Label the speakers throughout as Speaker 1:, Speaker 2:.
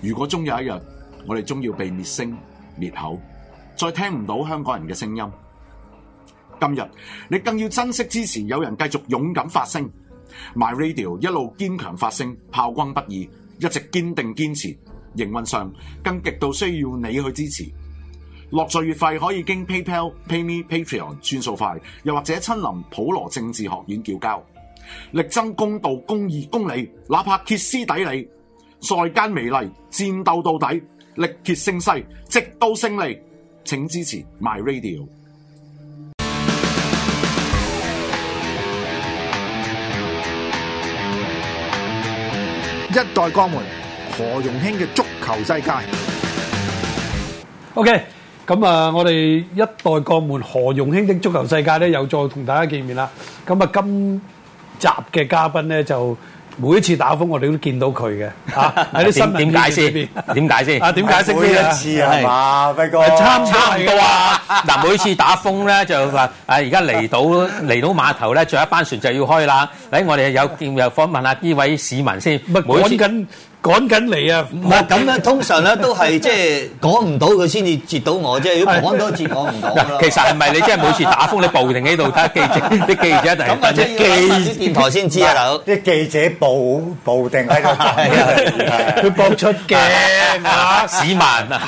Speaker 1: 如果終有一日，我哋終要被滅聲滅口，再聽唔到香港人嘅聲音。今日你更要珍惜支持有人繼續勇敢發聲，My Radio 一路堅強發聲，炮轟不已，一直堅定堅持。營運上更極度需要你去支持。落座月費可以經 PayPal、PayMe、Patreon 轉數快，又或者親臨普羅政治學院叫交，力爭公道、公義、公理，哪怕歇斯底里，在間美利，戰鬥到底，力竭勝勢，直到勝利。請支持 My Radio。
Speaker 2: 一代鋼門何容興嘅足球世界。
Speaker 3: OK，咁啊，我哋一代鋼門何容興的足球世界咧，又再同大家見面啦。咁啊，今集嘅嘉賓咧，就每一次打風，我哋都見到佢嘅嚇喺啲新聞
Speaker 4: 點點解先
Speaker 3: 片段裏邊
Speaker 4: 點解先
Speaker 3: 啊，點解釋
Speaker 2: 每
Speaker 3: 先啊
Speaker 2: 一
Speaker 4: à,
Speaker 2: 次係嘛，輝哥。
Speaker 3: 參
Speaker 4: 差唔多
Speaker 3: 啊！
Speaker 4: 啊！嗱，每次打風咧就話啊，而家嚟到嚟到碼頭咧，仲有一班船就要開啦。嚟我哋有見又訪問下呢位市民先。
Speaker 3: 唔係
Speaker 4: 每次
Speaker 3: 趕緊趕緊嚟啊！
Speaker 5: 唔係咁樣，通常咧都係即係講唔到佢先至截到我啫，如果講多次講唔到啦
Speaker 4: 嗱，。其實係咪你即係每次打風你報定喺度睇下記者，啲記者一定
Speaker 5: 咁啊，即係要啲電台先知啊，大佬。啊
Speaker 2: 啲記者報報定 喺度
Speaker 3: 佢
Speaker 2: 講，
Speaker 3: 搏出鏡啊！
Speaker 4: 市民啊，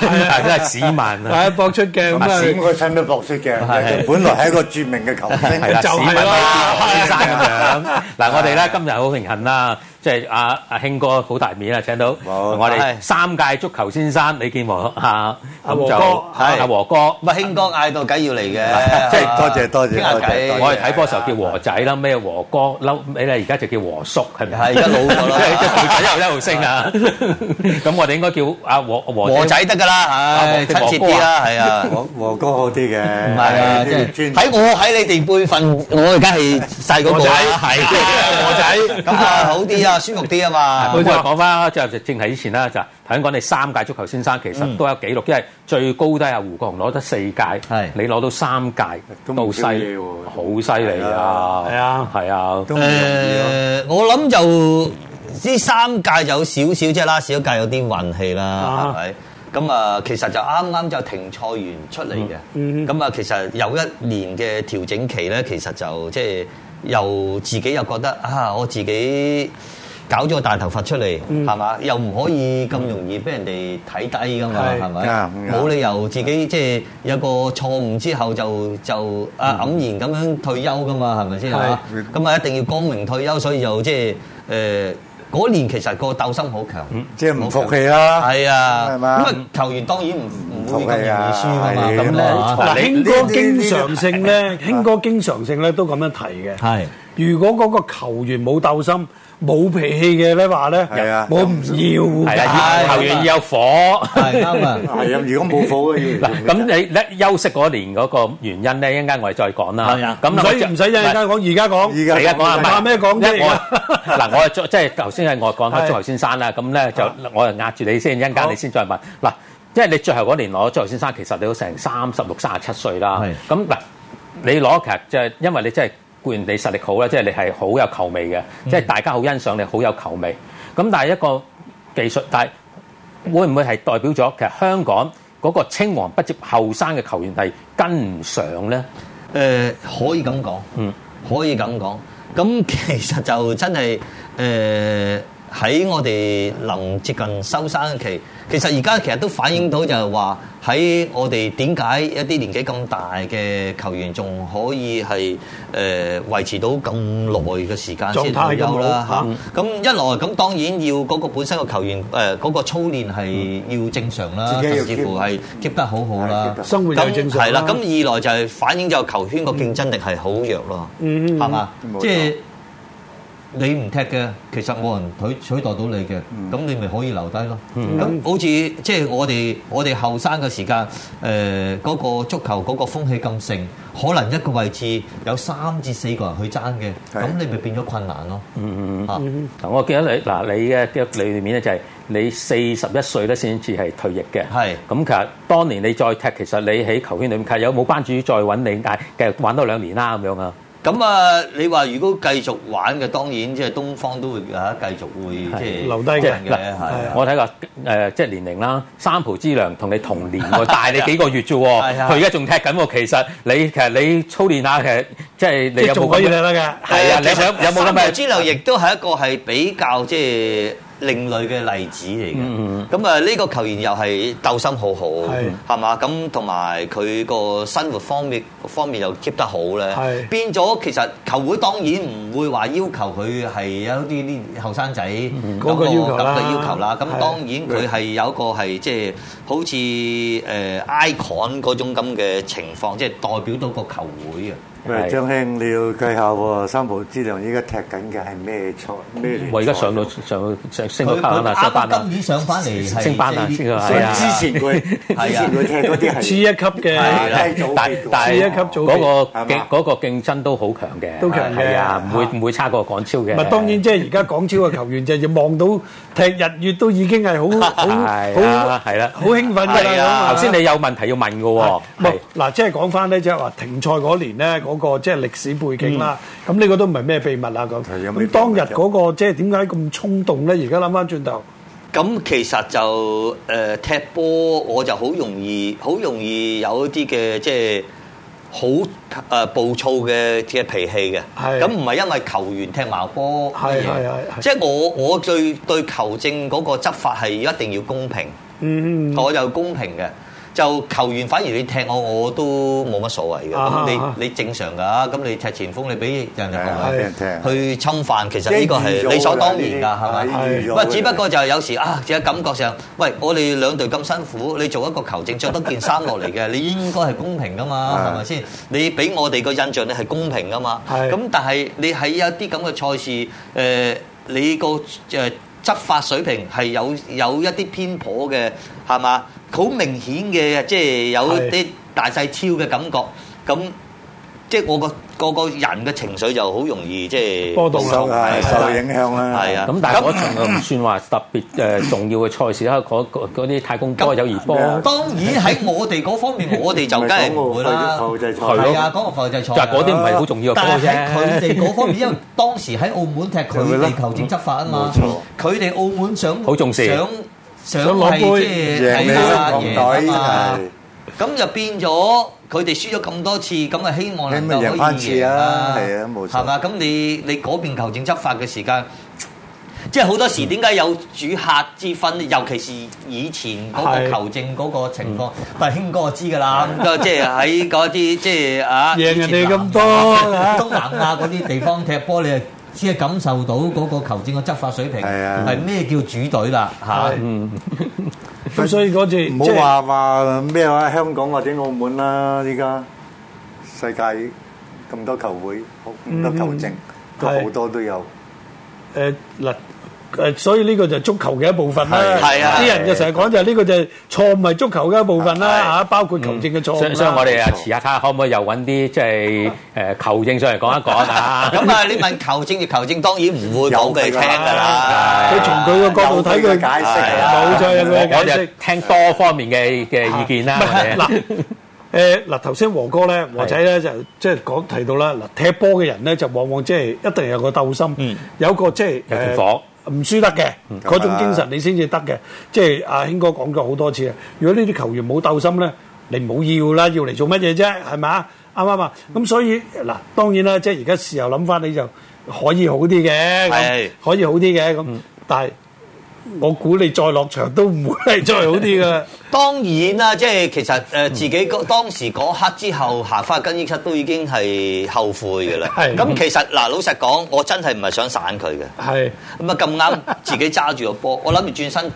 Speaker 4: 真係市民啊！
Speaker 3: 係搏出鏡
Speaker 2: 咁
Speaker 3: 咁
Speaker 2: 啊，閃
Speaker 3: 啊！
Speaker 2: 個身都搏出嘅
Speaker 4: 係。
Speaker 2: 本來係一個著名嘅球星，
Speaker 4: 係啦，
Speaker 3: 就
Speaker 4: 市
Speaker 3: 係
Speaker 4: 民咪
Speaker 3: 啦
Speaker 4: 先生咁樣。嗱，我哋咧今日好榮幸啦，即係阿阿興哥好大面啊，請到我哋三屆足球先生李健和啊，咁就阿和哥。
Speaker 5: 唔係啊興哥嗌到梗要嚟嘅，
Speaker 4: 即係
Speaker 2: 多謝多謝
Speaker 5: 傾下
Speaker 2: 多謝
Speaker 5: 偈
Speaker 2: 多謝
Speaker 4: 我哋睇波時候叫和仔啦，咩和哥，嬲尾咧而家就叫和叔，係咪？
Speaker 5: 係而家 老咗啦
Speaker 4: 即係和仔 一路一路升啊！咁我哋應該叫阿和和
Speaker 5: 和仔得㗎啦，唉，親切啲啦，係 啊。
Speaker 2: 和和哥好啲嘅，
Speaker 5: 唔
Speaker 2: 唔
Speaker 5: 係啊，即係喺我喺你哋輩份，我梗係細嗰個啦，係啊
Speaker 4: 和
Speaker 5: 咁啊，好啲啊，舒服啲 啊嘛。
Speaker 4: 咁我哋講翻即係正題之前啦，就頭先講你三屆足球先生其實都有紀錄，因為最高都係阿胡國雄攞得四屆，
Speaker 5: 係
Speaker 4: 你攞到三屆，
Speaker 2: 咁
Speaker 4: 都好
Speaker 2: 唔
Speaker 4: 犀
Speaker 2: 少嘢
Speaker 4: 利，
Speaker 2: 喎
Speaker 4: 好犀利啊！
Speaker 3: 係啊
Speaker 4: 係啊，
Speaker 2: 都唔容易咯。
Speaker 5: 誒，呃我諗就呢三屆有少少即係拉少一屆有啲運氣啦，
Speaker 3: 啊
Speaker 5: 係咪？咁啊，其實就啱啱就停賽完出嚟
Speaker 3: 嗯
Speaker 5: 嘅。咁啊，其實有一年嘅調整期咧，其實就即係又自己又覺得啊，我自己搞咗個大頭髮出嚟，
Speaker 3: 嗯
Speaker 5: 係嘛？又唔可以咁容易俾人哋睇低㗎嘛，
Speaker 3: 係
Speaker 5: 係
Speaker 2: 啱
Speaker 5: 咪？
Speaker 2: 啱
Speaker 5: 冇理由自己即係有個錯誤之後就就啊
Speaker 2: 嗯
Speaker 5: 黯然咁樣退休㗎嘛，係咪先
Speaker 3: 係
Speaker 5: 啊？咁啊，一定要光明退休，所以就即係誒嗰年其實個鬥心好強，
Speaker 2: 嗯即係唔服氣啦
Speaker 5: 係啊，
Speaker 2: 係嘛
Speaker 5: 咁啊球員當然唔唔會
Speaker 2: 服
Speaker 5: 咁容
Speaker 2: 氣啊
Speaker 5: 易輸噶嘛，
Speaker 2: 係
Speaker 5: 咁
Speaker 2: 冇
Speaker 5: 咧
Speaker 2: 錯
Speaker 3: 嗱，興
Speaker 2: 你
Speaker 3: 哥
Speaker 2: 呢啲
Speaker 3: 經常性咧，興哥經常性咧都咁樣提嘅。
Speaker 5: 係
Speaker 3: 如果嗰個球員冇鬥心、冇脾氣嘅咧話咧
Speaker 2: 係啊，
Speaker 3: 我唔要
Speaker 4: 係
Speaker 3: 㗎。
Speaker 4: 啊，要
Speaker 5: 係
Speaker 4: 球員要有火。
Speaker 5: 係啱啊，
Speaker 2: 係啊，如果冇 火嘅
Speaker 4: 嗱，咁你咧休息嗰年嗰個原因咧，一陣間我哋再講啦。
Speaker 5: 係啊
Speaker 4: 咁
Speaker 3: 唔
Speaker 4: 嗱我
Speaker 3: 使
Speaker 4: 就
Speaker 3: 唔使一陣間講，而家講。
Speaker 2: 而
Speaker 4: 你
Speaker 2: 家
Speaker 4: 而家講啊，唔係
Speaker 3: 怕咩講啫
Speaker 4: 因為我 嗱，我係即係頭先係我講
Speaker 3: 係
Speaker 4: 開足球先生啦，咁咧就
Speaker 3: 啊
Speaker 4: 我係壓住你先，一陣間
Speaker 3: 好
Speaker 4: 你先再問嗱，因為你最後嗰年攞足球先生，其實你都成三十六、三十七歲啦
Speaker 5: 係。
Speaker 4: 咁嗱，你攞其實就係因為你真係固然你實力好啦，即係你係好有球味嘅，即係大家好欣賞你，好有球味。咁但係一個技術，但係會唔會係代表咗其實香港嗰個青黃不接後生嘅球員係跟唔上咧？
Speaker 5: 誒、呃可以咁講，
Speaker 4: 嗯，
Speaker 5: 可以咁講。咁 其實就真係誒喺我哋臨接近收山期，其實而家其實都反映到就係話喺我哋點解一啲年紀咁大嘅球員仲可以係誒、維持到咁耐嘅時間
Speaker 3: 狀
Speaker 5: 先
Speaker 3: 態
Speaker 5: 退
Speaker 3: 咁好嗯
Speaker 5: 休啦
Speaker 3: 嚇
Speaker 5: 嚇。咁一來咁當然要嗰個本身個球員誒嗰、個操練係
Speaker 3: 嗯
Speaker 5: 要正常啦，
Speaker 2: 自己要
Speaker 5: 甚至乎
Speaker 2: keep
Speaker 5: 係 keep 得好好
Speaker 2: 係
Speaker 5: 啦
Speaker 2: keep 得。
Speaker 3: 生活又正常啦啊
Speaker 5: 係啦，咁二來就係反映就球圈個競爭力係好弱咯，
Speaker 3: 嗯嗯嗯
Speaker 5: 係嘛
Speaker 2: 冇？錯
Speaker 5: 即係你唔踢嘅，其實冇人取取代到你嘅，咁你咪可以留低咯。咁好似即係我哋我哋後生嘅時間，誒嗰個足球嗰個風氣咁盛，可能一個位置有三至四個人去爭嘅，
Speaker 2: 係
Speaker 5: 咁你咪變咗困難咯。嗯嗯
Speaker 4: 嗱，我記得你嗱，你嘅嘅裏面咧就係你四十一歲咧先至係退役嘅。
Speaker 5: 係
Speaker 4: 咁其實當年你再踢，其實你喺球圈裏面，其實有冇班主再揾你嗌繼續玩多兩年啦咁樣啊？
Speaker 5: 咁啊，你話如果繼續玩嘅，當然即係東方都會啊，繼續會即係
Speaker 3: 留低嘅
Speaker 5: 人嘅，
Speaker 4: 嗱
Speaker 5: 係啊
Speaker 4: 我睇過誒，即係年齡啦，三浦之良同你同年 喎，大你幾個月啫喎
Speaker 5: 係，啊
Speaker 4: 佢而家仲踢緊喎。其實你其實你操練下，其實即係你有
Speaker 3: 仲
Speaker 4: 冇
Speaker 3: 可以
Speaker 4: 咁
Speaker 3: 睇
Speaker 4: 嘅？
Speaker 3: 得㗎。
Speaker 4: 係啊，
Speaker 5: 誒
Speaker 4: 你想有冇咁
Speaker 5: 三毛
Speaker 4: 嘅？
Speaker 5: 之流亦都係一個係比較即係另類嘅例子嚟
Speaker 4: 嗯
Speaker 5: 嘅。咁啊，呢個球員又係鬥心好好
Speaker 3: 係，
Speaker 5: 係嘛？咁同埋佢個生活方面方面又 keep 得好咧
Speaker 3: 係，
Speaker 5: 變咗其實球會當然唔會話要求佢係有啲啲後生仔
Speaker 4: 嗯
Speaker 3: 嗰個要求啦
Speaker 5: 咁嘅要求啦。咁
Speaker 3: 係
Speaker 5: 當然佢係有一個係即係好似誒 icon 嗰種咁嘅情況，即係代表到個球會啊嘅。
Speaker 6: 喂，
Speaker 4: 係
Speaker 6: 張兄，你要計下喎，三浦知良依家踢緊嘅係咩賽咩聯賽？
Speaker 4: 我而家上到上上升到
Speaker 5: 佢
Speaker 4: 班
Speaker 5: 佢
Speaker 4: 啦，
Speaker 5: 啱
Speaker 4: 上班啊
Speaker 5: 啱
Speaker 4: 啦
Speaker 5: 今，年上翻嚟係
Speaker 4: 升班啦，
Speaker 5: 即
Speaker 4: 升
Speaker 5: 係呢
Speaker 4: 到
Speaker 6: 所
Speaker 4: 係
Speaker 6: 以
Speaker 4: 啊。
Speaker 6: 之前佢之
Speaker 5: 係啊
Speaker 6: 前佢踢嗰啲 係
Speaker 3: 次一級嘅
Speaker 6: 係啦低組
Speaker 4: 但
Speaker 6: 別
Speaker 4: 但
Speaker 3: 次一級組
Speaker 4: 嗰個
Speaker 6: 係嘛
Speaker 4: 競嗰個競爭都好強嘅，
Speaker 3: 都強嘅
Speaker 4: 係啊，唔
Speaker 3: 嚇
Speaker 4: 會唔會差過港超嘅。
Speaker 3: 唔係當然，即係而家港超嘅球員就要望到踢日月都已經係 好好
Speaker 4: 係啦
Speaker 3: 好
Speaker 4: 係啦
Speaker 3: 好興奮㗎
Speaker 5: 係啊
Speaker 3: 啦。
Speaker 4: 頭先你有問題要問嘅
Speaker 3: 係啊
Speaker 4: 喎，
Speaker 3: 冇
Speaker 4: 係
Speaker 3: 嗱，即係講翻咧，即係話停賽嗰年咧，嗰個即係歷史背景啦。咁呢個都唔係咩秘密啦。咁
Speaker 6: 係有咩秘
Speaker 3: 咁
Speaker 6: 密
Speaker 3: 當日嗰個即係點解咁衝動咧？而家諗翻轉頭，
Speaker 5: 咁其實就誒、呃踢波，我就好容易，好容易有一啲嘅即係好誒暴躁嘅嘅脾氣嘅。
Speaker 3: 係
Speaker 5: 咁唔係因為球員踢矛波
Speaker 3: 係係
Speaker 5: 乜嘢
Speaker 3: 係係
Speaker 5: 即係我我對對球證嗰個執法係一定要公平，
Speaker 3: 嗯，
Speaker 5: 我就公平嘅。就球員反而你踢我我都冇乜所謂嘅，咁
Speaker 3: 啊啊啊
Speaker 5: 你你正常㗎，咁你踢前鋒你俾人哋
Speaker 6: 係啊
Speaker 5: 後衞
Speaker 6: 俾人踢
Speaker 5: 去侵犯，其實呢個係理所當然㗎，係咪？
Speaker 6: 咪
Speaker 5: 喂，只不過就係有時啊，只係感覺上，喂，我哋兩隊咁辛苦，你做一個球證着得件衫落嚟嘅，你應該係公平噶嘛，
Speaker 6: 係
Speaker 5: 係咪先？你俾我哋個印象你係公平噶嘛，
Speaker 3: 係
Speaker 5: 咁但係你喺一啲咁嘅賽事，誒、你個誒、執法水平係有有一啲偏頗嘅，係嘛？好明顯嘅，即係有
Speaker 3: 係
Speaker 5: 啲大細超嘅感覺，咁。即係我個個個人嘅情緒就好容易即係
Speaker 3: 波動啦
Speaker 6: 受係受影響啦，
Speaker 5: 係啊
Speaker 4: 咁但係我仲唔算話特別誒重要嘅賽事啦，嗰嗰嗰啲太空波、友誼波，
Speaker 6: 咁
Speaker 5: 當然喺我哋嗰方 面，我哋就梗係唔會啦。
Speaker 6: 唔係港澳埠際賽
Speaker 5: 係啊，港澳埠際賽
Speaker 4: 就係嗰啲唔係好重要嘅
Speaker 5: 但
Speaker 4: 波
Speaker 5: 係喺佢
Speaker 4: 啫。
Speaker 5: 哋 嗰方面，因為當時喺澳門踢佢
Speaker 6: 咪咯
Speaker 5: 哋球證執法啊嘛
Speaker 6: 冇錯，
Speaker 5: 佢哋澳門想
Speaker 4: 好重視
Speaker 5: 想想
Speaker 3: 想攞
Speaker 5: 係
Speaker 3: 杯
Speaker 5: 即係
Speaker 6: 贏你
Speaker 5: 係啊
Speaker 6: 香港
Speaker 5: 贏
Speaker 6: 隊
Speaker 5: 啊嘛
Speaker 6: 係。
Speaker 5: 咁就變咗佢哋輸咗咁多次，咁啊希望能夠
Speaker 6: 你咪
Speaker 5: 可
Speaker 6: 贏
Speaker 5: 以
Speaker 6: 返次
Speaker 5: 贏
Speaker 6: 啊係啊冇錯
Speaker 5: 係嘛？咁你你嗰邊球證執法嘅時間，即係好多時
Speaker 6: 嗯
Speaker 5: 點解有主客之分？尤其是以前嗰
Speaker 3: 係
Speaker 5: 個球證嗰個情況，
Speaker 6: 嗯
Speaker 5: 但係興哥就知㗎啦，咁就即係喺嗰啲即係啊，
Speaker 3: 贏人哋咁 多啊
Speaker 5: 東南亞嗰啲地方踢波，你就只係感受到嗰個球證嘅執法水平
Speaker 6: 係啊
Speaker 5: 係咩叫主隊啦嚇。
Speaker 4: 嗯，
Speaker 3: 咁所以嗰次
Speaker 6: 唔好話話咩話香港或者澳門啦，依家世界咁多球會，咁多球證，都好多都有。
Speaker 3: 誒嗱誒，所以呢個就係足球嘅一部分啦。
Speaker 6: 係
Speaker 5: 係啊
Speaker 3: 啲人就成日講就係呢個就係錯誤係足球嘅一部分
Speaker 5: 係
Speaker 3: 啦嚇，啊包括球證嘅錯
Speaker 4: 所以
Speaker 3: 誤
Speaker 4: 所以我
Speaker 3: 啦。
Speaker 4: 哋啊遲下睇下可唔可以又揾啲即係誒球證上嚟講一講啊。
Speaker 5: 咁啊，你問球證，球證當然唔會講俾你聽㗎啦。
Speaker 3: 佢從佢嘅角度睇
Speaker 6: 有佢
Speaker 3: 佢
Speaker 6: 嘅解釋
Speaker 5: 啊
Speaker 3: 冇錯有
Speaker 4: 我
Speaker 3: 佢嘅解
Speaker 4: 我哋
Speaker 3: 釋。
Speaker 4: 聽多方面嘅嘅意見啦。我哋啊
Speaker 3: 嗱誒嗱，頭先和哥咧，和仔咧就即係講提到啦，嗱踢波嘅人咧就往往即係一定有個鬥心，有個即係
Speaker 4: 有條火
Speaker 3: 誒唔輸得嘅嗰種精神，你先至得嘅。即係阿興哥講咗好多次啊，如果呢啲球員冇鬥心咧，你唔好要啦，要嚟做乜嘢啫？係咪啊？啱唔啱啊？咁所以嗱，當然啦，即係而家事後諗翻，你就可以好啲嘅，咁
Speaker 5: 係
Speaker 3: 可以好啲嘅咁，但係我估你再落場都唔會係再好 啲噶啦。
Speaker 5: 當然啦，即係其實誒自己嗰當時嗰刻之後行翻更衣室都已經係後悔㗎啦。
Speaker 3: 係
Speaker 5: 咁其實嗱，老實講，我真係唔係想散佢嘅。
Speaker 3: 係。
Speaker 5: 咁啊咁啱自己揸住個波，我諗住轉身。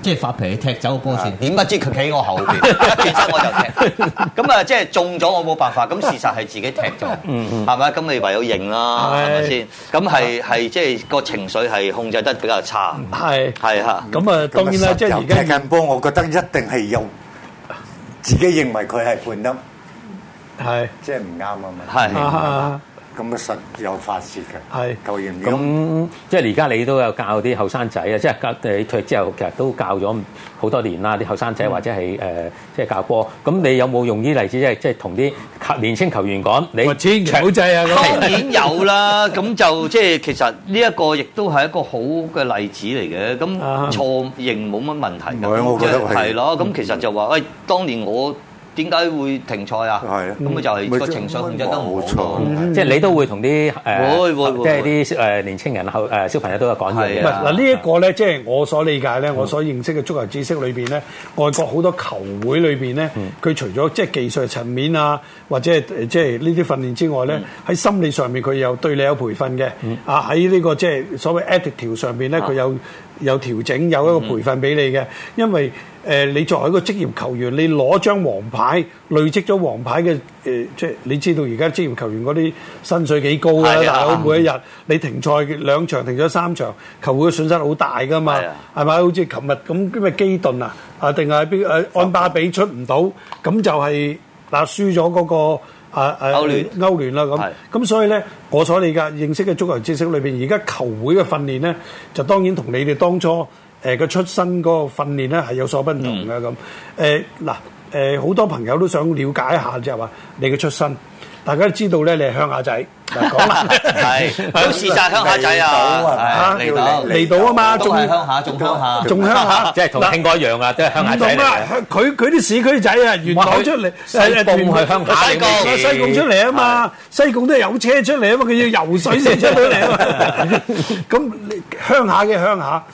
Speaker 5: 即係發脾氣踢走個波線，點不知佢企喺我後 邊，一轉身我就踢。咁啊，即係中咗我冇辦法。咁事實係自己踢咗，係咪？咁你唯有認
Speaker 3: 係
Speaker 5: 啦，嗯係咪先？咁係係即係個情緒係控制得比較差，
Speaker 3: 係
Speaker 5: 係嚇。
Speaker 3: 咁啊，當然啦，即係而
Speaker 6: 踢
Speaker 3: 家
Speaker 6: 緊波，我覺得一定係有自己認為佢係判得
Speaker 3: 係
Speaker 6: 即係唔啱啊嘛。
Speaker 5: 係
Speaker 3: 啊，
Speaker 6: 咁啊實有發泄嘅。
Speaker 3: 係
Speaker 6: 球員如果
Speaker 4: 咁即係而家你都有教啲後生仔啊，即係教你退役之後，其實都教咗好多年啦，啲後生仔或者係誒、呃即係教波。咁你有冇用呢啲例子，即係即係同啲球年青球員講，你
Speaker 3: 喂千祈唔好制啊！咁
Speaker 5: 當然有 啦，咁就即係其實呢一個亦都係一個好嘅例子嚟嘅，
Speaker 3: 啊
Speaker 5: 咁錯認冇乜問題
Speaker 6: 唔係我
Speaker 5: 㗎，
Speaker 6: 覺得係
Speaker 5: 係咯，咁其實就話，喂，當年我點解會停賽啊？
Speaker 6: 係啊
Speaker 5: 咁咪就係個
Speaker 6: 咪即係
Speaker 5: 情緒控制得唔
Speaker 6: 冇
Speaker 5: 好
Speaker 6: 錯
Speaker 5: 咯。
Speaker 4: 即係你都會同啲誒，
Speaker 5: 會會會
Speaker 4: 即係啲誒年青人後誒小朋友都有講嘢
Speaker 5: 係
Speaker 3: 唔係
Speaker 5: 啊
Speaker 4: 嘅。
Speaker 3: 嗱，呢一個咧，即係我所理解咧，我所認識嘅足球知識裏邊咧，外國好多球會裏邊咧，佢除咗即係技術層面啊，或者係呃即係呢啲訓練之外咧，喺心理上面佢有對你有培訓嘅，啊喺呢個即係所謂 attitude 上邊咧，佢有有調整，有一個培訓俾你嘅，因為誒你作為一個職業球員，你攞張黃牌，累積咗黃牌嘅誒，即係你知道而家職業球員嗰啲薪水幾高啦，
Speaker 5: 係啊
Speaker 3: 大佬每一日你停賽兩場停咗三場，球會嘅損失好大噶嘛
Speaker 5: 係啊，
Speaker 3: 係咪？好似琴日咁，因為基頓啊，啊定係邊誒安巴比出唔到，咁就係嗱輸咗嗰個。啊啊
Speaker 5: 歐聯
Speaker 3: 歐聯啦咁
Speaker 5: 係，
Speaker 3: 咁所以咧，我所理解認識嘅足球知識裏邊，而家球會嘅訓練咧，就當然同你哋當初誒嘅、出身嗰個訓練咧係有所不同嘅咁。誒嗱誒，好、多朋友都想了解一下就係話你嘅出身，大家都知道咧，你係鄉下仔，嗱講 啦
Speaker 5: 係，都試晒鄉下仔
Speaker 6: 嚟到
Speaker 5: 啊
Speaker 3: Ờ,
Speaker 6: 啊，
Speaker 5: 係嚟到
Speaker 3: 嚟到啊嘛，
Speaker 5: 都
Speaker 3: 仲
Speaker 5: 係鄉下，仲 鄉下，
Speaker 3: 仲鄉下，
Speaker 4: 即係同
Speaker 3: 嗱
Speaker 4: 興哥一樣啊，都係鄉下
Speaker 3: 唔
Speaker 4: 仔
Speaker 3: 同
Speaker 4: 嚟
Speaker 3: 啦
Speaker 4: 嘅。，
Speaker 3: 佢佢啲市區仔啊，元朗出嚟，
Speaker 4: 西貢
Speaker 3: 元朗
Speaker 4: 去鄉下
Speaker 5: 西貢
Speaker 3: 啊西貢出嚟啊嘛，西貢都係有車出嚟啊嘛，佢要游水先出到嚟啊嘛。咁你鄉下嘅鄉下，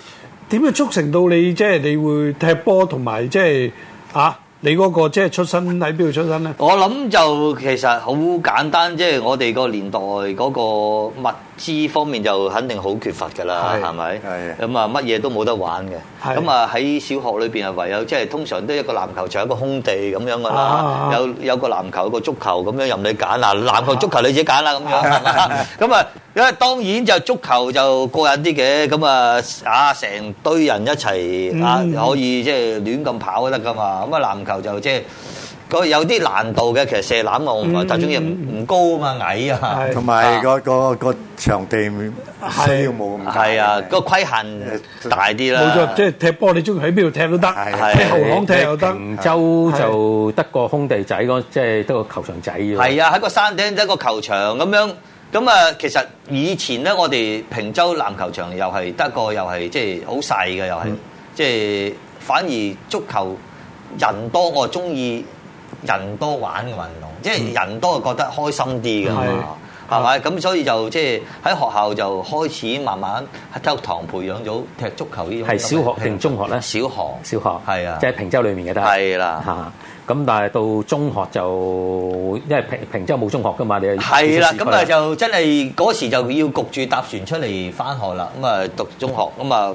Speaker 3: 點樣促成到你即係你會踢波同埋即係啊？你嗰個即係出身喺邊度出身咧？
Speaker 5: 我諗就其實好簡單，即係我哋個年代嗰個物資方面就肯定好缺乏㗎啦，
Speaker 6: 係
Speaker 5: 係咪
Speaker 6: 係？
Speaker 5: 咁啊，乜嘢都冇得玩嘅。
Speaker 3: 係
Speaker 5: 咁啊，喺小學裏邊啊，唯有即係通常都一個籃球場一個空地咁樣㗎
Speaker 3: 啊
Speaker 5: 啦，有有個籃球一個足球咁樣任你揀啦，籃球足球你自己揀啦咁樣係嘛。咁啊，因為當然就足球就過癮啲嘅，咁啊啊成堆人一齊啊
Speaker 3: 嗯
Speaker 5: 可以即係亂咁跑都得㗎嘛。咁啊籃球就即係。個有啲難度嘅，其實射籃我唔係太中意，唔唔高啊嘛，矮啊，
Speaker 3: 係
Speaker 6: 同埋個個個場地需要冇咁大
Speaker 5: 係啊，個規限大啲啦。啊
Speaker 3: 冇錯，即係踢波你中意喺邊度踢都得，
Speaker 6: 係
Speaker 3: 踢後巷踢又得。
Speaker 4: 平洲就得個空地仔嗰，即係得個球場仔啫喎。
Speaker 5: 係啊，喺個山頂一個球場咁樣。咁啊，其實以前咧，我哋平洲籃球場又係得個，又係即係好細嘅，又係
Speaker 4: 嗯
Speaker 5: 即係反而足球人多，我中意人多玩嘅運動，即
Speaker 4: 嗯
Speaker 5: 係人多就覺得開心啲㗎嘛。係咪？咁所以就即係喺學校就開始慢慢喺體育堂培養咗踢足球呢種。
Speaker 4: 係小學定中學咧
Speaker 5: 小學。
Speaker 4: 小學
Speaker 5: 係啊
Speaker 4: 即係平洲裏面嘅得
Speaker 5: 係啦
Speaker 4: 嚇。咁但係到中學就因為平平洲冇中學噶嘛，你係
Speaker 5: 係啦，
Speaker 4: 住市區
Speaker 5: 咁啊就真係嗰時就要焗住搭船出嚟翻學啦。咁啊讀中學，咁啊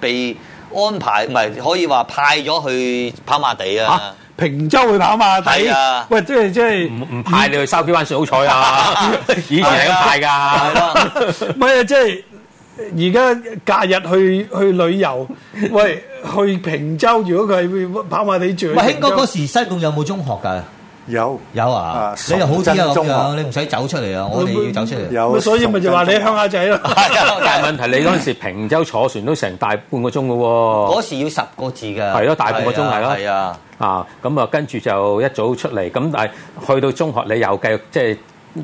Speaker 5: 被安排，唔係可以話派咗去跑馬地
Speaker 3: 嚇
Speaker 5: 啊。
Speaker 3: 平洲去跑馬
Speaker 5: 係
Speaker 3: 地
Speaker 5: 啊，
Speaker 3: 喂，即係即係
Speaker 4: 唔唔派你去筲箕灣水好彩啊！ 以前係咁派
Speaker 5: 係
Speaker 4: 㗎。
Speaker 5: 咯，
Speaker 3: 唔係啊，即係而家假日去去旅遊，喂，去平洲，如果佢係跑馬地住，
Speaker 5: 喂， 興哥嗰時西貢有冇中學㗎？
Speaker 6: 有
Speaker 5: 有啊
Speaker 6: 啊，
Speaker 5: 你又好啲啊
Speaker 6: 崇真
Speaker 5: 咁
Speaker 6: 中
Speaker 5: 樣，
Speaker 6: 學
Speaker 5: 你唔使走出嚟啊，我哋要走出 嚟。
Speaker 6: 有，
Speaker 3: 咁所以咪就話你鄉
Speaker 6: 崇真中學
Speaker 3: 下仔咯。
Speaker 4: 但
Speaker 6: 啊
Speaker 4: 係問題你嗰陣時平洲坐船都成大半個鐘嘅喎。
Speaker 5: 嗰時要十個字㗎，
Speaker 4: 係咯大半個鐘係咯
Speaker 5: 係啊，
Speaker 4: 啊，咁啊跟住就一早出嚟，咁但係去到中學你又繼續即係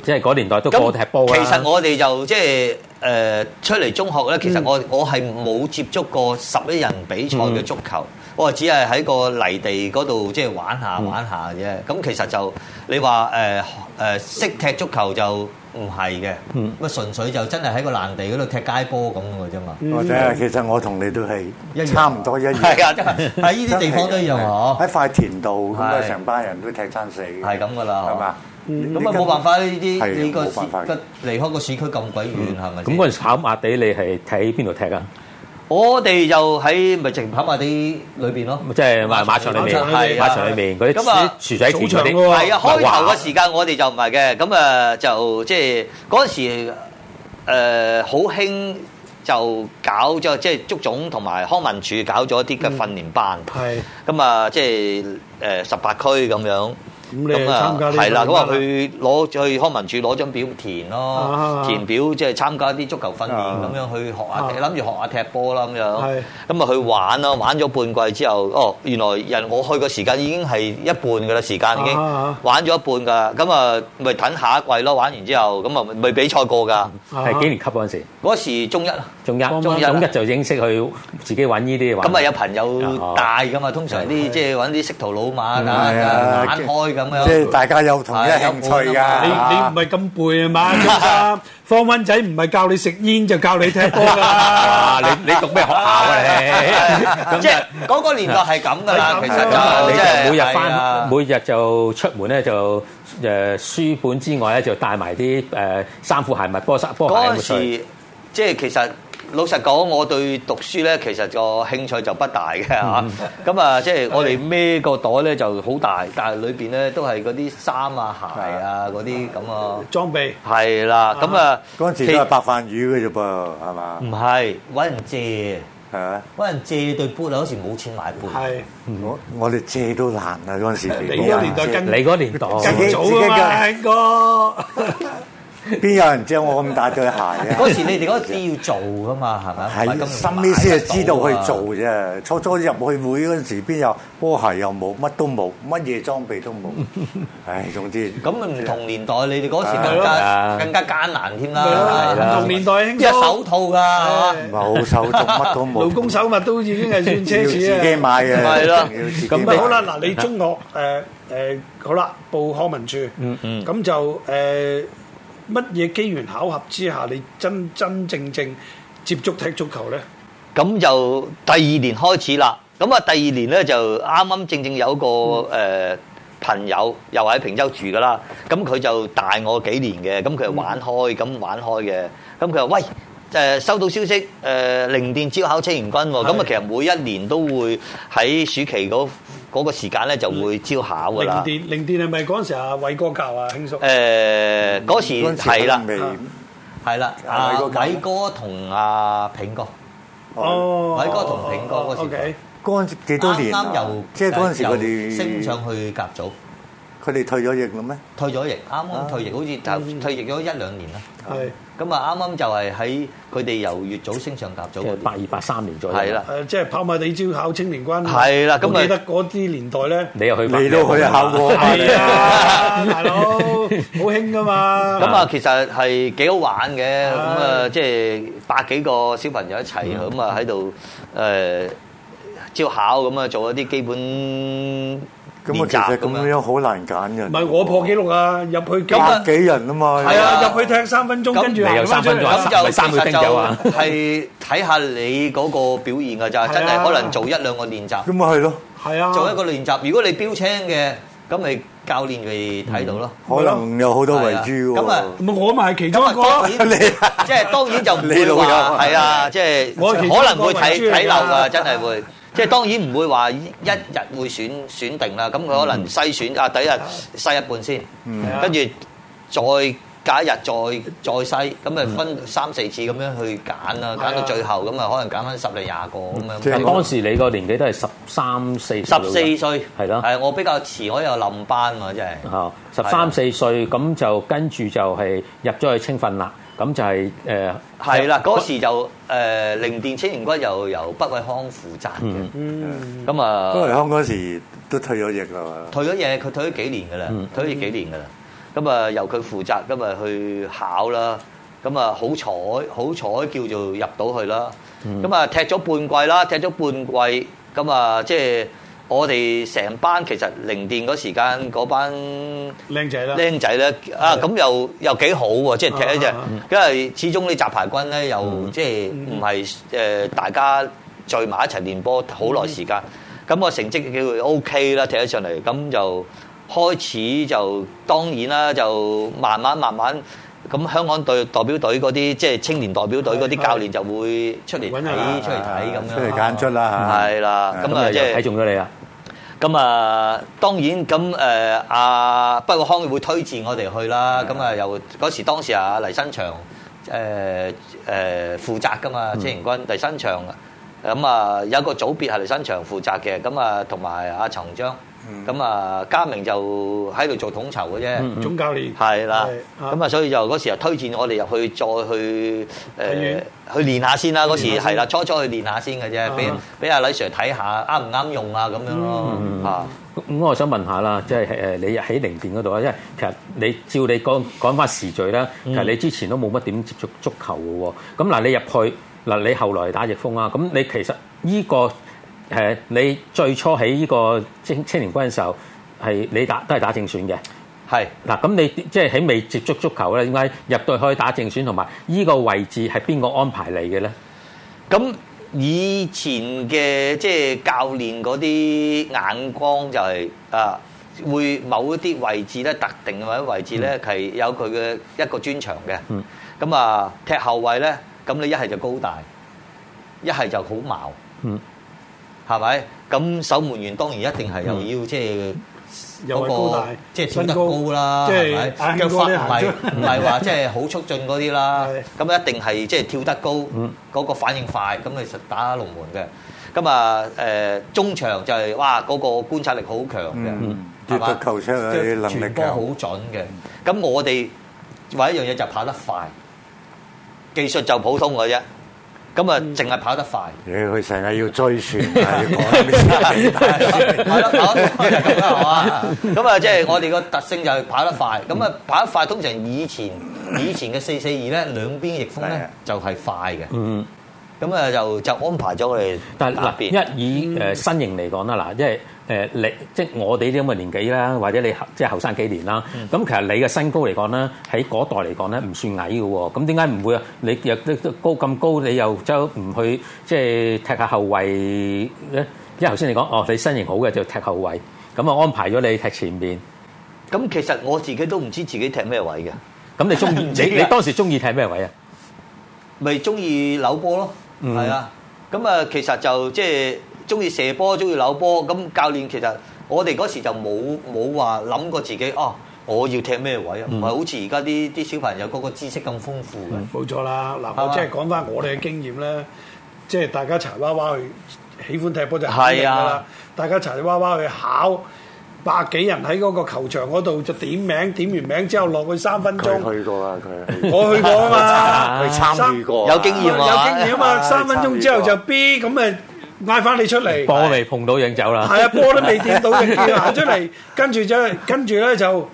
Speaker 4: 即係嗰年代都過踢波
Speaker 5: 其
Speaker 4: 㗎啦。
Speaker 5: 實我哋就即係誒出嚟中學咧，其實我我係冇接觸過十一人比賽嘅足球，我只係喺個泥地嗰度即係玩下玩下啫。咁其實就你話誒誒識踢足球就唔係嘅，咁純粹就真係喺個爛地嗰度踢街波咁嘅啫嘛。
Speaker 6: 或者其實我同你都係
Speaker 5: 一樣
Speaker 6: 差唔多一樣。
Speaker 5: 係 啊，真係喺呢啲地方都一樣啊
Speaker 6: 喺塊田度咁啊，
Speaker 5: 係
Speaker 6: 成班人都踢餐死。
Speaker 5: 係咁㗎啦
Speaker 6: 係嘛？
Speaker 5: 嗬。
Speaker 6: 咁
Speaker 5: 咁啊冇辦法，呢啲
Speaker 6: 係
Speaker 5: 你個市
Speaker 6: 冇辦法
Speaker 5: 個離開個市區咁鬼遠係咪先？
Speaker 4: 咁嗰陣時跑馬地你係睇邊度踢啊？
Speaker 5: 我哋就喺咪直跑馬地裏邊咯，
Speaker 4: 即係馬馬場裏面，
Speaker 5: 係啊
Speaker 4: 馬場裏面嗰啲
Speaker 5: 咁啊
Speaker 4: 啲薯仔田嗰
Speaker 3: 早場
Speaker 4: 啲，
Speaker 3: 喎
Speaker 5: 係啊，開頭
Speaker 4: 哇
Speaker 5: 嘅時間我哋就唔係嘅，咁啊就即係嗰陣時誒好興就搞咗即係足總同埋康文署搞咗啲嘅訓練班，
Speaker 3: 係
Speaker 5: 呃咁啊即係誒十八區咁樣。
Speaker 3: 你係
Speaker 5: 咁啊
Speaker 3: 參加呢
Speaker 5: 係啦，
Speaker 3: 個
Speaker 5: 咁啊
Speaker 3: 啦
Speaker 5: 去攞去康文署攞張表填咯
Speaker 3: 啊，
Speaker 5: 填表即係參加啲足球訓練
Speaker 6: 啊
Speaker 5: 咁樣去學下
Speaker 3: 啊
Speaker 5: 踢，諗住學下踢波啦咁樣
Speaker 3: 係。
Speaker 5: 咁啊去玩啦，玩咗半季之後，哦原來人我去嘅時間已經係一半㗎啦，時間已經
Speaker 3: 啊啊
Speaker 5: 玩咗一半㗎，咁啊咪等下一季咯，玩完之後咁啊未比賽過㗎，
Speaker 4: 係幾年級嗰陣時？
Speaker 5: 嗰時中一啊。
Speaker 4: 中一，
Speaker 3: 中
Speaker 4: 中
Speaker 5: 一
Speaker 4: 一，中一就認識去自己玩呢啲玩。
Speaker 5: 咁 啊有朋友帶㗎嘛，通常啲即係揾啲識途老馬啊，
Speaker 6: 係
Speaker 5: 眼
Speaker 6: 啊
Speaker 5: 開咁樣。
Speaker 6: 即係大家有同一興趣
Speaker 5: 啊
Speaker 3: 你你唔
Speaker 6: 㗎。
Speaker 3: 係咁背啊嘛，中三方温仔唔係教你食煙就教你踢波 㗎啦
Speaker 4: 啊！。你你讀咩學校 啊？你
Speaker 5: 即係嗰個年代係咁噶啦，其實
Speaker 4: 咁啊，
Speaker 5: 就
Speaker 4: 你
Speaker 5: 即係
Speaker 4: 就每日
Speaker 5: 係啊
Speaker 4: 翻，每日就出門咧就誒書本之外咧就帶埋啲誒衫褲鞋襪波衫波鞋
Speaker 5: 嗰
Speaker 4: 咁
Speaker 5: 陣
Speaker 4: 去。
Speaker 5: 時，即係其實老實講，我對讀書咧其實個興趣就不大嘅嚇。 咁啊，即係我哋孭個袋咧就好大，但係裏邊咧都係嗰啲衫啊、鞋啊嗰啲咁啊。
Speaker 3: 裝備
Speaker 5: 係啦，咁啊，
Speaker 6: 嗰陣時都係白飯魚嘅啫噃，係嘛
Speaker 5: 其唔？係揾人借，
Speaker 6: 係咪？
Speaker 5: 揾人借對杯啊，好似冇錢買杯。
Speaker 3: 係
Speaker 6: 我我哋借都難啊！嗰陣時，
Speaker 3: 你嗰個年代跟
Speaker 4: 你嗰年代，
Speaker 6: 自
Speaker 3: 更
Speaker 6: 己
Speaker 3: 早啊嘛，興哥。
Speaker 6: 邊有人借我咁大對鞋嘅？
Speaker 5: 嗰時你哋嗰啲要做噶嘛，係咪？唔係咁
Speaker 6: 係
Speaker 5: 容易
Speaker 6: 深啲先係知道
Speaker 5: 買得
Speaker 6: 去
Speaker 5: 到啊
Speaker 6: 做啫。初初入去會嗰陣時，邊有波鞋又冇，乜都冇，乜嘢裝備 都冇。唉，總之
Speaker 5: 咁唔同年代，你哋嗰時
Speaker 4: 係
Speaker 5: 更
Speaker 4: 咯
Speaker 5: 加更加艱難添啦，
Speaker 3: 係
Speaker 5: 係
Speaker 3: 啦
Speaker 5: 啦
Speaker 3: 唔同年代興
Speaker 5: 一手套㗎，
Speaker 3: 係
Speaker 6: 冇手續，乜都冇。
Speaker 3: 勞工手物都已經係算
Speaker 6: 要
Speaker 3: 奢
Speaker 6: 自己
Speaker 3: 侈啊！
Speaker 6: 買嘅，
Speaker 5: 係咯
Speaker 6: 一定要自己
Speaker 4: 咁
Speaker 6: 買
Speaker 4: 咪
Speaker 3: 好啦，嗱，你中學誒誒好啦，報康文處，咁就誒乜嘢機緣巧合之下，你真真正正接觸踢足球咧？
Speaker 5: 咁就第二年開始啦。咁啊，第二年咧就啱啱正正有個誒、呃朋友又喺平洲住噶啦，咁佢就大我幾年嘅，咁佢就玩開，咁玩開嘅，咁佢話喂。誒、收到消息，誒、零電招考青年軍喎，咁啊
Speaker 3: 係
Speaker 5: 其實每一年都會喺暑期嗰嗰個時間咧就會招考噶
Speaker 3: 零
Speaker 5: 啦。誒
Speaker 3: 電零電係咪嗰陣時阿偉哥教啊，興叔？
Speaker 5: 嗰、時
Speaker 6: 嗰陣時
Speaker 5: 係啦，
Speaker 6: 未
Speaker 5: 係啦，
Speaker 6: 阿
Speaker 5: 阿
Speaker 6: 偉哥教
Speaker 5: 偉哥同阿平哥，
Speaker 3: 哦，
Speaker 5: 偉哥同炳哥嗰時
Speaker 3: O K，
Speaker 6: 嗰陣時幾多年
Speaker 5: 啱啱
Speaker 6: 啊
Speaker 5: 又？
Speaker 6: 即係嗰陣時佢
Speaker 5: 又升上
Speaker 6: 哋
Speaker 5: 去甲組。
Speaker 6: 佢哋退咗役嘞咩？
Speaker 5: 退咗役，啱啱退役，好似就退役咗一兩年啦。
Speaker 3: 係
Speaker 5: 咁啊，啱啱就係喺佢哋由月組升上甲組嗰啲
Speaker 4: 八二八三年左右。
Speaker 5: 係啦，
Speaker 3: 誒，即係跑馬地招考青年軍。
Speaker 5: 係啦咁啊
Speaker 3: 我記得嗰啲年代咧。
Speaker 4: 你又去
Speaker 6: 你都去考過啊
Speaker 3: 係 啊，大佬好興噶嘛。
Speaker 5: 咁啊，其實係幾好玩嘅。咁啊，
Speaker 3: 係
Speaker 5: 即係百幾個小朋友一齊咁啊，喺度誒招考咁啊，做一啲基本
Speaker 6: 咁
Speaker 5: 練
Speaker 6: 啊，其實
Speaker 5: 習
Speaker 6: 咁
Speaker 5: 咁樣。
Speaker 6: 樣好難揀嘅。
Speaker 3: 唔係我破紀錄啊！入去幾
Speaker 5: 咁啊
Speaker 6: 百幾人啊嘛，
Speaker 5: 係
Speaker 3: 係
Speaker 5: 啊
Speaker 3: 啊，入去踢三分鐘，
Speaker 5: 咁
Speaker 3: 跟住
Speaker 4: 你有
Speaker 3: 行翻出
Speaker 4: 三分鐘啊
Speaker 3: 嚟。
Speaker 5: 咁
Speaker 4: 三
Speaker 5: 就
Speaker 4: 咪三
Speaker 5: 其
Speaker 4: 個
Speaker 5: 實
Speaker 4: 丁友啊
Speaker 5: 就係睇下你嗰個表現㗎咋，真
Speaker 3: 係
Speaker 5: 係
Speaker 3: 啊
Speaker 5: 可能做一兩個練習。
Speaker 6: 咁咪係咯。
Speaker 3: 係啊，
Speaker 5: 做一個練習。如果你標青嘅，咁咪教練咪睇到咯。
Speaker 6: 可能有好多遺珠喎。
Speaker 5: 咁啊
Speaker 3: 咁我咪係其中一個
Speaker 5: 咁啊
Speaker 3: 咯
Speaker 5: 當。然
Speaker 6: 你
Speaker 5: 即係當然就唔
Speaker 6: 你
Speaker 5: 會
Speaker 6: 老友
Speaker 5: 話
Speaker 6: 啊
Speaker 5: 係啊，即係
Speaker 3: 我係其中
Speaker 5: 可能會睇
Speaker 3: 一個為
Speaker 5: 睇
Speaker 3: 主嚟㗎
Speaker 5: 漏啊，真係會。即係當然唔會話一日會選選定啦，咁佢可能篩選啊，第一日篩一半先，跟住再隔一日再再篩，咁咪分三四次咁樣去揀啦，揀到最後咁啊，可能揀翻十零廿個咁樣。
Speaker 6: 即係
Speaker 4: 咁當時你個年紀都係十三四。
Speaker 5: 十四歲
Speaker 4: 係咯
Speaker 5: 係我比較遲，我有冧班喎，真係。
Speaker 4: 嚇，十
Speaker 5: 係啊
Speaker 4: 三四歲咁就跟住就係入咗去青訓啦，咁就係誒
Speaker 5: 係啦，嗰時就誒、呃、零電青年軍又由北衛康負責嘅，咁
Speaker 6: 不過
Speaker 5: 啊、
Speaker 6: 香港嗰時都退咗役啦嘛。
Speaker 5: 退咗嘢，佢退咗幾年噶啦，退咗幾年噶啦，咁啊由佢負責，咁啊去考啦，咁啊好彩好彩叫做入到去啦，咁啊、踢咗半季啦，踢咗半季，咁啊即係我哋成班其實零電嗰時間嗰班。
Speaker 3: 靚仔啦，
Speaker 5: 僆仔咧啊，咁又又幾好喎，即係踢一隻
Speaker 3: 啊啊，
Speaker 5: 因為始終啲雜牌軍咧又即係唔係誒大家聚埋一齊練波好耐時間，咁個成績叫 O K 啦，踢咗上嚟，咁就開始就當然啦，就慢慢慢慢。咁香港隊代表隊嗰啲，即係青年代表隊嗰啲
Speaker 3: 係
Speaker 5: 教練就會出嚟睇，
Speaker 3: 揾人啊
Speaker 5: 出嚟睇咁樣，
Speaker 6: 出嚟揀出啦
Speaker 5: 係啦，咁啊
Speaker 4: 咁
Speaker 5: 即
Speaker 4: 就
Speaker 5: 係
Speaker 4: 睇中咗你啦，
Speaker 5: 咁啊，當然咁誒，呃阿畢國康會推薦我哋去啦。咁啊，又嗰時當時啊，黎新祥誒誒負責噶嘛，青年軍黎新祥咁啊，有一個組別係黎新祥負責嘅，咁啊，同埋阿陳章咁啊嘉明就喺度做統籌嘅啫。
Speaker 3: 總教練
Speaker 5: 係啦，
Speaker 3: 係啊
Speaker 5: 咁啊，所以就嗰時就推薦我哋入去再去誒
Speaker 3: 院
Speaker 5: 去練下先啦。嗰時
Speaker 3: 練下先啊
Speaker 5: 係啦，初初去練下先嘅啫，俾俾阿李 Sir 睇下啱唔啱用啊咁樣
Speaker 3: 嗯
Speaker 5: 咯啊嚇。
Speaker 4: 咁咁我想問下啦，即係誒你喺零電嗰度啊，因為其實你照你講講翻時序啦，其
Speaker 5: 嗯
Speaker 4: 實你之前都冇乜點接觸足球嘅喎。咁嗱，你入去嗱，你後來打逆風啊，咁你其實呢、個誒、你最初喺呢個青青年軍嘅時候係你打都係打正選嘅。
Speaker 5: 係
Speaker 4: 嗱，咁你即係喺未接觸足球咧，點解入到去可以打正選，同埋呢個位置係邊個安排你嘅咧？
Speaker 5: 咁以前嘅即係教練嗰啲眼光就係、啊，會某一啲位置咧特定嘅或者位置咧係有佢嘅一個專長嘅。
Speaker 4: 嗯
Speaker 5: 咁啊、踢後衞咧，咁你一係就高大，一係就好矛。
Speaker 4: 嗯，
Speaker 5: 係咪？咁守門員當然一定係又要即係。
Speaker 3: 又係高大
Speaker 5: 嗰個即係跳
Speaker 3: 身
Speaker 5: 得高啦，
Speaker 3: 即
Speaker 5: 係咪
Speaker 3: 係眼
Speaker 5: 腳
Speaker 3: 高
Speaker 5: 法
Speaker 3: 啲
Speaker 5: 唔
Speaker 3: 行
Speaker 5: 係
Speaker 3: 出
Speaker 5: 唔係話即係好促進嗰啲啦
Speaker 3: 係，嗯
Speaker 5: 咁一定係即係跳得高，嗰個反應快，咁其實打龍門嘅。咁啊誒中場就係哇嗰個觀察力好強嘅，
Speaker 3: 嗯
Speaker 5: 係嘛即係傳波好準嘅。咁我哋唯一樣嘢就係跑得快，技術就普通嘅啫。咁啊，
Speaker 3: 嗯
Speaker 5: 淨係跑得快， 跑得跑得快就咁啦，係嘛？咁啊，即係我哋個特性就係跑得快。咁啊，跑得快通常以前以前嘅四四二咧，兩邊逆風
Speaker 6: 係
Speaker 5: 咧
Speaker 6: 啊
Speaker 5: 就係快嘅。
Speaker 4: 嗯。
Speaker 5: 咁啊，就就安排咗我哋
Speaker 4: 但係
Speaker 5: 打
Speaker 3: 啊
Speaker 4: 嗱，
Speaker 5: 邊
Speaker 4: 因為
Speaker 3: 嗯
Speaker 4: 以誒身形嚟講啦，嗱，因為誒你即係我哋啲咁嘅年紀啦，或者你後即係後生幾年啦，
Speaker 3: 嗯
Speaker 4: 咁其實你嘅身高嚟講咧，喺嗰代嚟講咧唔算矮嘅喎，咁點解唔會啊？你又都都高咁高，你又就唔去即係踢下後衞咧？因為頭先你講哦，你身形好嘅就踢後衞，咁啊安排咗你踢前面，
Speaker 5: 咁其實我自己都唔知自己踢咩位嘅，
Speaker 4: 咁你中意
Speaker 5: 唔知啊
Speaker 4: 你你當時中意踢咩位啊？
Speaker 5: 咪中意扭波咯，
Speaker 4: 嗯
Speaker 5: 係啊。咁啊，其實就即係中意射波，中意扭波。咁教練其實我哋嗰時就冇冇話諗過自己哦，我要踢咩位啊？唔係好似而家啲啲小朋友嗰個知識咁豐富嘅。
Speaker 3: 冇錯啦。嗱，
Speaker 5: 係
Speaker 3: 我
Speaker 5: 嘛
Speaker 3: 即係講翻我哋嘅經驗咧，即係大家柴娃娃去喜歡踢波就肯定
Speaker 5: 係
Speaker 3: 㗎
Speaker 5: 啊
Speaker 3: 啦。大家柴娃娃去考百幾人喺嗰個球場嗰度就點名，點完名之後落去三分鐘。我去過 啊嘛，
Speaker 5: 有經驗啊！
Speaker 3: 有經驗啊嘛，三分鐘之後就 B 咁咪嗌 翻你出嚟。
Speaker 4: 波未碰到影走啦，
Speaker 3: 係啊，波都未掂到就叫行出嚟，跟住就跟住咧就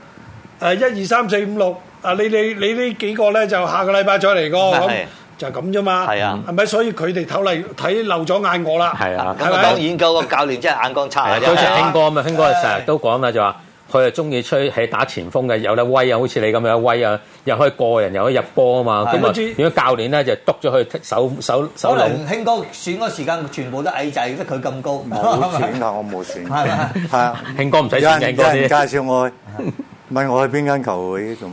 Speaker 3: 誒一二三四五六啊！你你你呢幾個咧就下個禮拜再嚟個
Speaker 5: 係
Speaker 3: 咁就咁啫嘛。
Speaker 5: 係啊
Speaker 3: 係咪？所以佢哋睇嚟睇漏咗眼我啦。
Speaker 4: 係啊。
Speaker 5: 咁啊，當然嗰個教練真係眼光差啊！
Speaker 4: 係
Speaker 5: 真
Speaker 4: 好似
Speaker 5: 係
Speaker 4: 興哥咁啊，興哥成日都講啦，就話佢係中意吹喺打前鋒嘅，有得威啊，好似你咁樣威啊，又可以過人，又可以入波啊嘛。咁
Speaker 3: 係
Speaker 4: 啊，
Speaker 3: 跟住
Speaker 4: 點解教練咧就督咗佢手手手
Speaker 5: 可
Speaker 4: 腦？
Speaker 5: 能興哥選嗰時間全部都矮仔，得佢咁高。
Speaker 4: 興哥唔使錢嘅，興
Speaker 5: 係咪？
Speaker 6: 係啊，有人-
Speaker 4: 哥啲。
Speaker 6: 有人介紹我去，問我去邊間球會，咁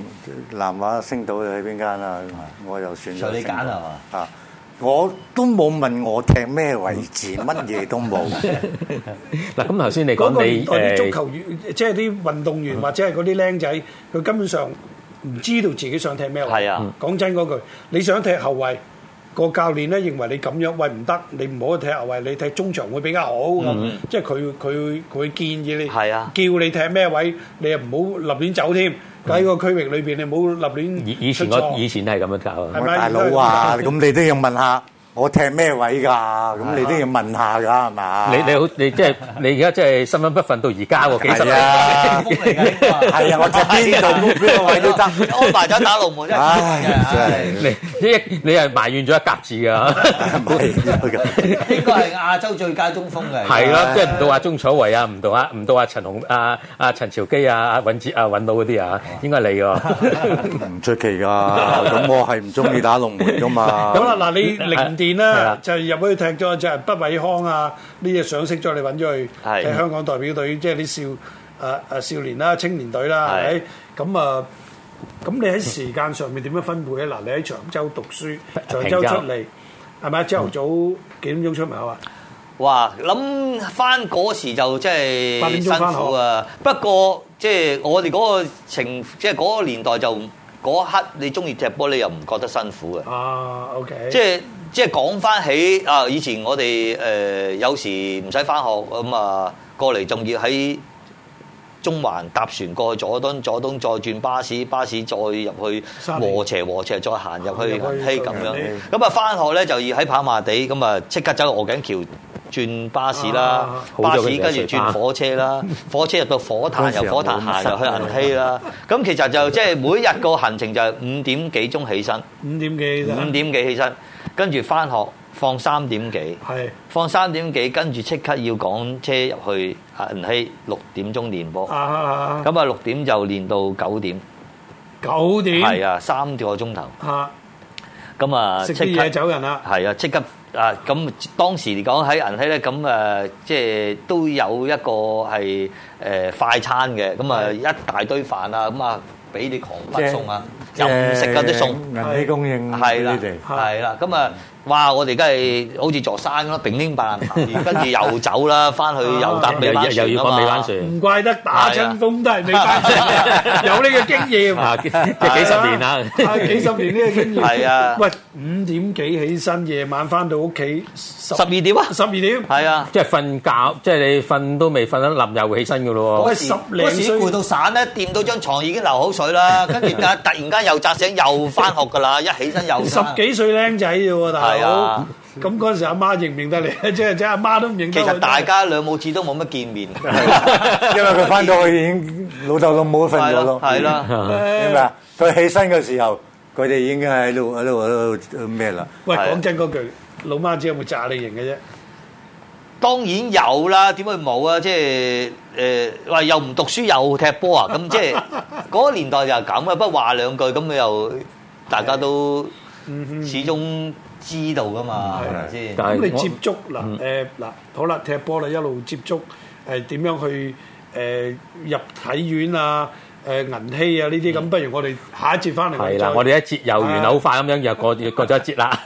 Speaker 6: 南華、星島去邊間啊，咁啊，我又選咗
Speaker 5: 隨你
Speaker 6: 星島。
Speaker 5: 揀係嘛？
Speaker 6: 啊，我都冇問我踢咩位置，乜嘢都冇。
Speaker 4: 嗱，咁頭先你
Speaker 3: 嗰個
Speaker 4: 講
Speaker 3: 年
Speaker 4: 你
Speaker 3: 代啲足
Speaker 4: 誒
Speaker 3: 球員，即係啲運動員或者係嗰啲僆仔，佢根本上唔知道自己想踢咩位。
Speaker 5: 係啊，
Speaker 3: 講真嗰句，你想踢後衞，個教練咧認為你咁樣，喂唔得，你唔好踢後衞，你踢中場會比較好咁。即係佢佢佢建議你，
Speaker 5: 係啊
Speaker 3: 叫你踢咩位，你又唔好立亂走添。喺個區域裏邊，你唔好立亂
Speaker 4: 以以前
Speaker 3: 出
Speaker 4: 個
Speaker 3: 錯
Speaker 4: 以前都係咁樣教啊。
Speaker 3: 係咪？
Speaker 6: 喂，大佬啊，咁你都要問下，我踢咩位㗎？咁你都要問下㗎，係嘛？
Speaker 4: 你你好，你即係你而家即係身份不忿到而家喎，幾十
Speaker 6: 係
Speaker 4: 年。
Speaker 6: 啊
Speaker 5: 風嚟㗎呢個
Speaker 6: 係啊我踢邊度邊個位都得
Speaker 5: 安排咗打龍門真
Speaker 6: 唉，
Speaker 5: 係。
Speaker 4: 你一你係埋怨咗一甲子㗎，
Speaker 6: 真係，唔係㗎。
Speaker 5: 應該係亞洲最佳中鋒嘅。
Speaker 4: 係啦，即係唔到阿鐘楚維啊，唔到啊，唔到阿陳紅、阿阿陳朝基啊、阿尹哲、阿尹老嗰啲啊，應該係你喎。
Speaker 6: 唔出奇噶，咁我係唔中意打龍門噶嘛。
Speaker 3: 好啦，嗱你零電
Speaker 4: 係
Speaker 3: 啦
Speaker 4: 啦，
Speaker 3: 就入去踢咗就係畢偉康啊，呢嘢賞識咗你揾咗去
Speaker 5: 係
Speaker 3: 踢香港代表隊，即係啲少誒誒少年啦、青年隊啦，係咪
Speaker 5: 係？
Speaker 3: 咁啊，咁你喺時間上面點樣分配咧？嗱，你喺長洲讀書，長洲
Speaker 4: 平
Speaker 3: 出
Speaker 4: 洲
Speaker 3: 嚟係咪？朝頭早幾點鐘出門口啊？
Speaker 5: 哇！諗翻嗰時就真
Speaker 3: 八
Speaker 5: 係
Speaker 3: 點
Speaker 5: 辛
Speaker 3: 鐘返學
Speaker 5: 苦啊。不過即係我哋嗰個情，即係嗰個年代就嗰一刻你中意踢波，你又唔覺得辛苦嘅。
Speaker 3: 啊，OK，
Speaker 5: 即係即係講翻起啊！以前我哋誒、呃有時唔使翻學咁啊，過嚟仲要喺中環搭船過去佐敦，佐敦再轉巴士，巴士再入去
Speaker 3: 沙田
Speaker 5: 和斜和斜，再行入去
Speaker 3: 入去
Speaker 5: 銀禧咁
Speaker 3: 入
Speaker 5: 樣
Speaker 3: 去。
Speaker 5: 咁啊，翻學咧就要喺跑馬地，咁啊即刻走去鵝頸橋轉巴士啦
Speaker 3: 啊，
Speaker 4: 好
Speaker 5: 巴
Speaker 4: 咗
Speaker 5: 士
Speaker 4: 佢哋
Speaker 5: 跟住
Speaker 4: 水
Speaker 5: 轉
Speaker 4: 巴
Speaker 5: 火車啦， 火車入到火炭，
Speaker 6: 嗰時
Speaker 5: 由火炭
Speaker 6: 候冇
Speaker 5: 行入去銀禧啦。咁其實就即係每日個行程就係五點幾鐘起身。
Speaker 3: 五點幾
Speaker 5: 五
Speaker 3: 啫，
Speaker 5: 點幾起身，跟住翻學放三點幾，
Speaker 3: 係
Speaker 5: 放三點幾，跟住即刻要趕車入去銀禧六點鐘練波，
Speaker 3: 啊啊啊
Speaker 5: 咁啊六點就練到九點，
Speaker 3: 九點
Speaker 5: 係啊三個鐘頭，
Speaker 3: 啊
Speaker 5: 咁啊
Speaker 3: 食
Speaker 5: 即
Speaker 3: 啲嘢
Speaker 5: 刻
Speaker 3: 走人啦，
Speaker 5: 係啊即刻啊咁當時嚟講喺銀禧咧，咁誒即係都有一個係誒快餐嘅，咁啊一大堆飯啊，咁啊俾你狂
Speaker 6: 即
Speaker 5: 乜
Speaker 6: 係
Speaker 5: 餸啊，又唔食嗰啲餸。
Speaker 6: 銀禧供應
Speaker 4: 嗯
Speaker 5: 係啦，
Speaker 6: 俾你哋。
Speaker 5: 係啦，咁啊，哇！我哋梗係好似座山咁啦，平拎白 爛，跟住又走啦，翻去又搭尾
Speaker 4: 又
Speaker 5: 班
Speaker 4: 又
Speaker 5: 船
Speaker 4: 要
Speaker 5: 啊
Speaker 4: 講
Speaker 5: 嘛
Speaker 4: 尾班。船
Speaker 3: 唔怪得打親風都 係未翻身，有呢個經驗。
Speaker 4: 啊，即係幾十年啦。
Speaker 3: 啊！幾十年呢個經驗
Speaker 5: 係啊
Speaker 3: 喂，五點幾起身，夜晚翻到屋企十
Speaker 5: 十二點啊，
Speaker 3: 十二點，
Speaker 5: 係 啊，
Speaker 4: 即係瞓覺，即係你瞓都未瞓得冧，又會起身噶咯
Speaker 3: 喂
Speaker 5: 嗰
Speaker 4: 喎。
Speaker 5: 時
Speaker 3: 十零
Speaker 5: 嗰時
Speaker 3: 歲
Speaker 5: 攰到散咧，掂到張床已經流口水 啦，跟住突然間又扎醒，又翻學㗎啦，一起身又
Speaker 3: 十
Speaker 5: 返
Speaker 3: 幾歲僆仔啫喎，大
Speaker 5: 係
Speaker 3: 佬
Speaker 5: 啊。
Speaker 3: 咁嗰陣時阿媽認唔認得你？ 即係即係阿媽都唔認
Speaker 5: 其
Speaker 3: 得我。
Speaker 5: 實大家兩母子都冇乜 見面，係
Speaker 6: 因為佢返到去已經老豆老母都瞓咗
Speaker 5: 啦，
Speaker 6: 咯。
Speaker 5: 係啦，
Speaker 6: 明白？佢起身嘅時候，佢哋已經喺度-喺度-喺度咩啦。
Speaker 3: 喂，
Speaker 5: 係啊
Speaker 3: 講真嗰句，老媽子有冇炸你型嘅啫？
Speaker 5: 當然有啦，點會冇啊？即係誒，話、又唔讀書又踢波啊！咁即係嗰個年代就係咁嘅，不過話兩句咁又大家都始終知道噶嘛，係咪先？
Speaker 4: 但
Speaker 3: 咁你
Speaker 4: 係
Speaker 3: 接
Speaker 4: 我
Speaker 3: 觸嗱誒嗱，好啦，踢波啦，一路接觸誒點樣去誒入體院啊、誒銀禧啊呢啲咁，不如我哋下一節翻嚟
Speaker 4: 係
Speaker 3: 再
Speaker 4: 啦，我哋一節遊完啦好快咁樣又過過咗一節啦。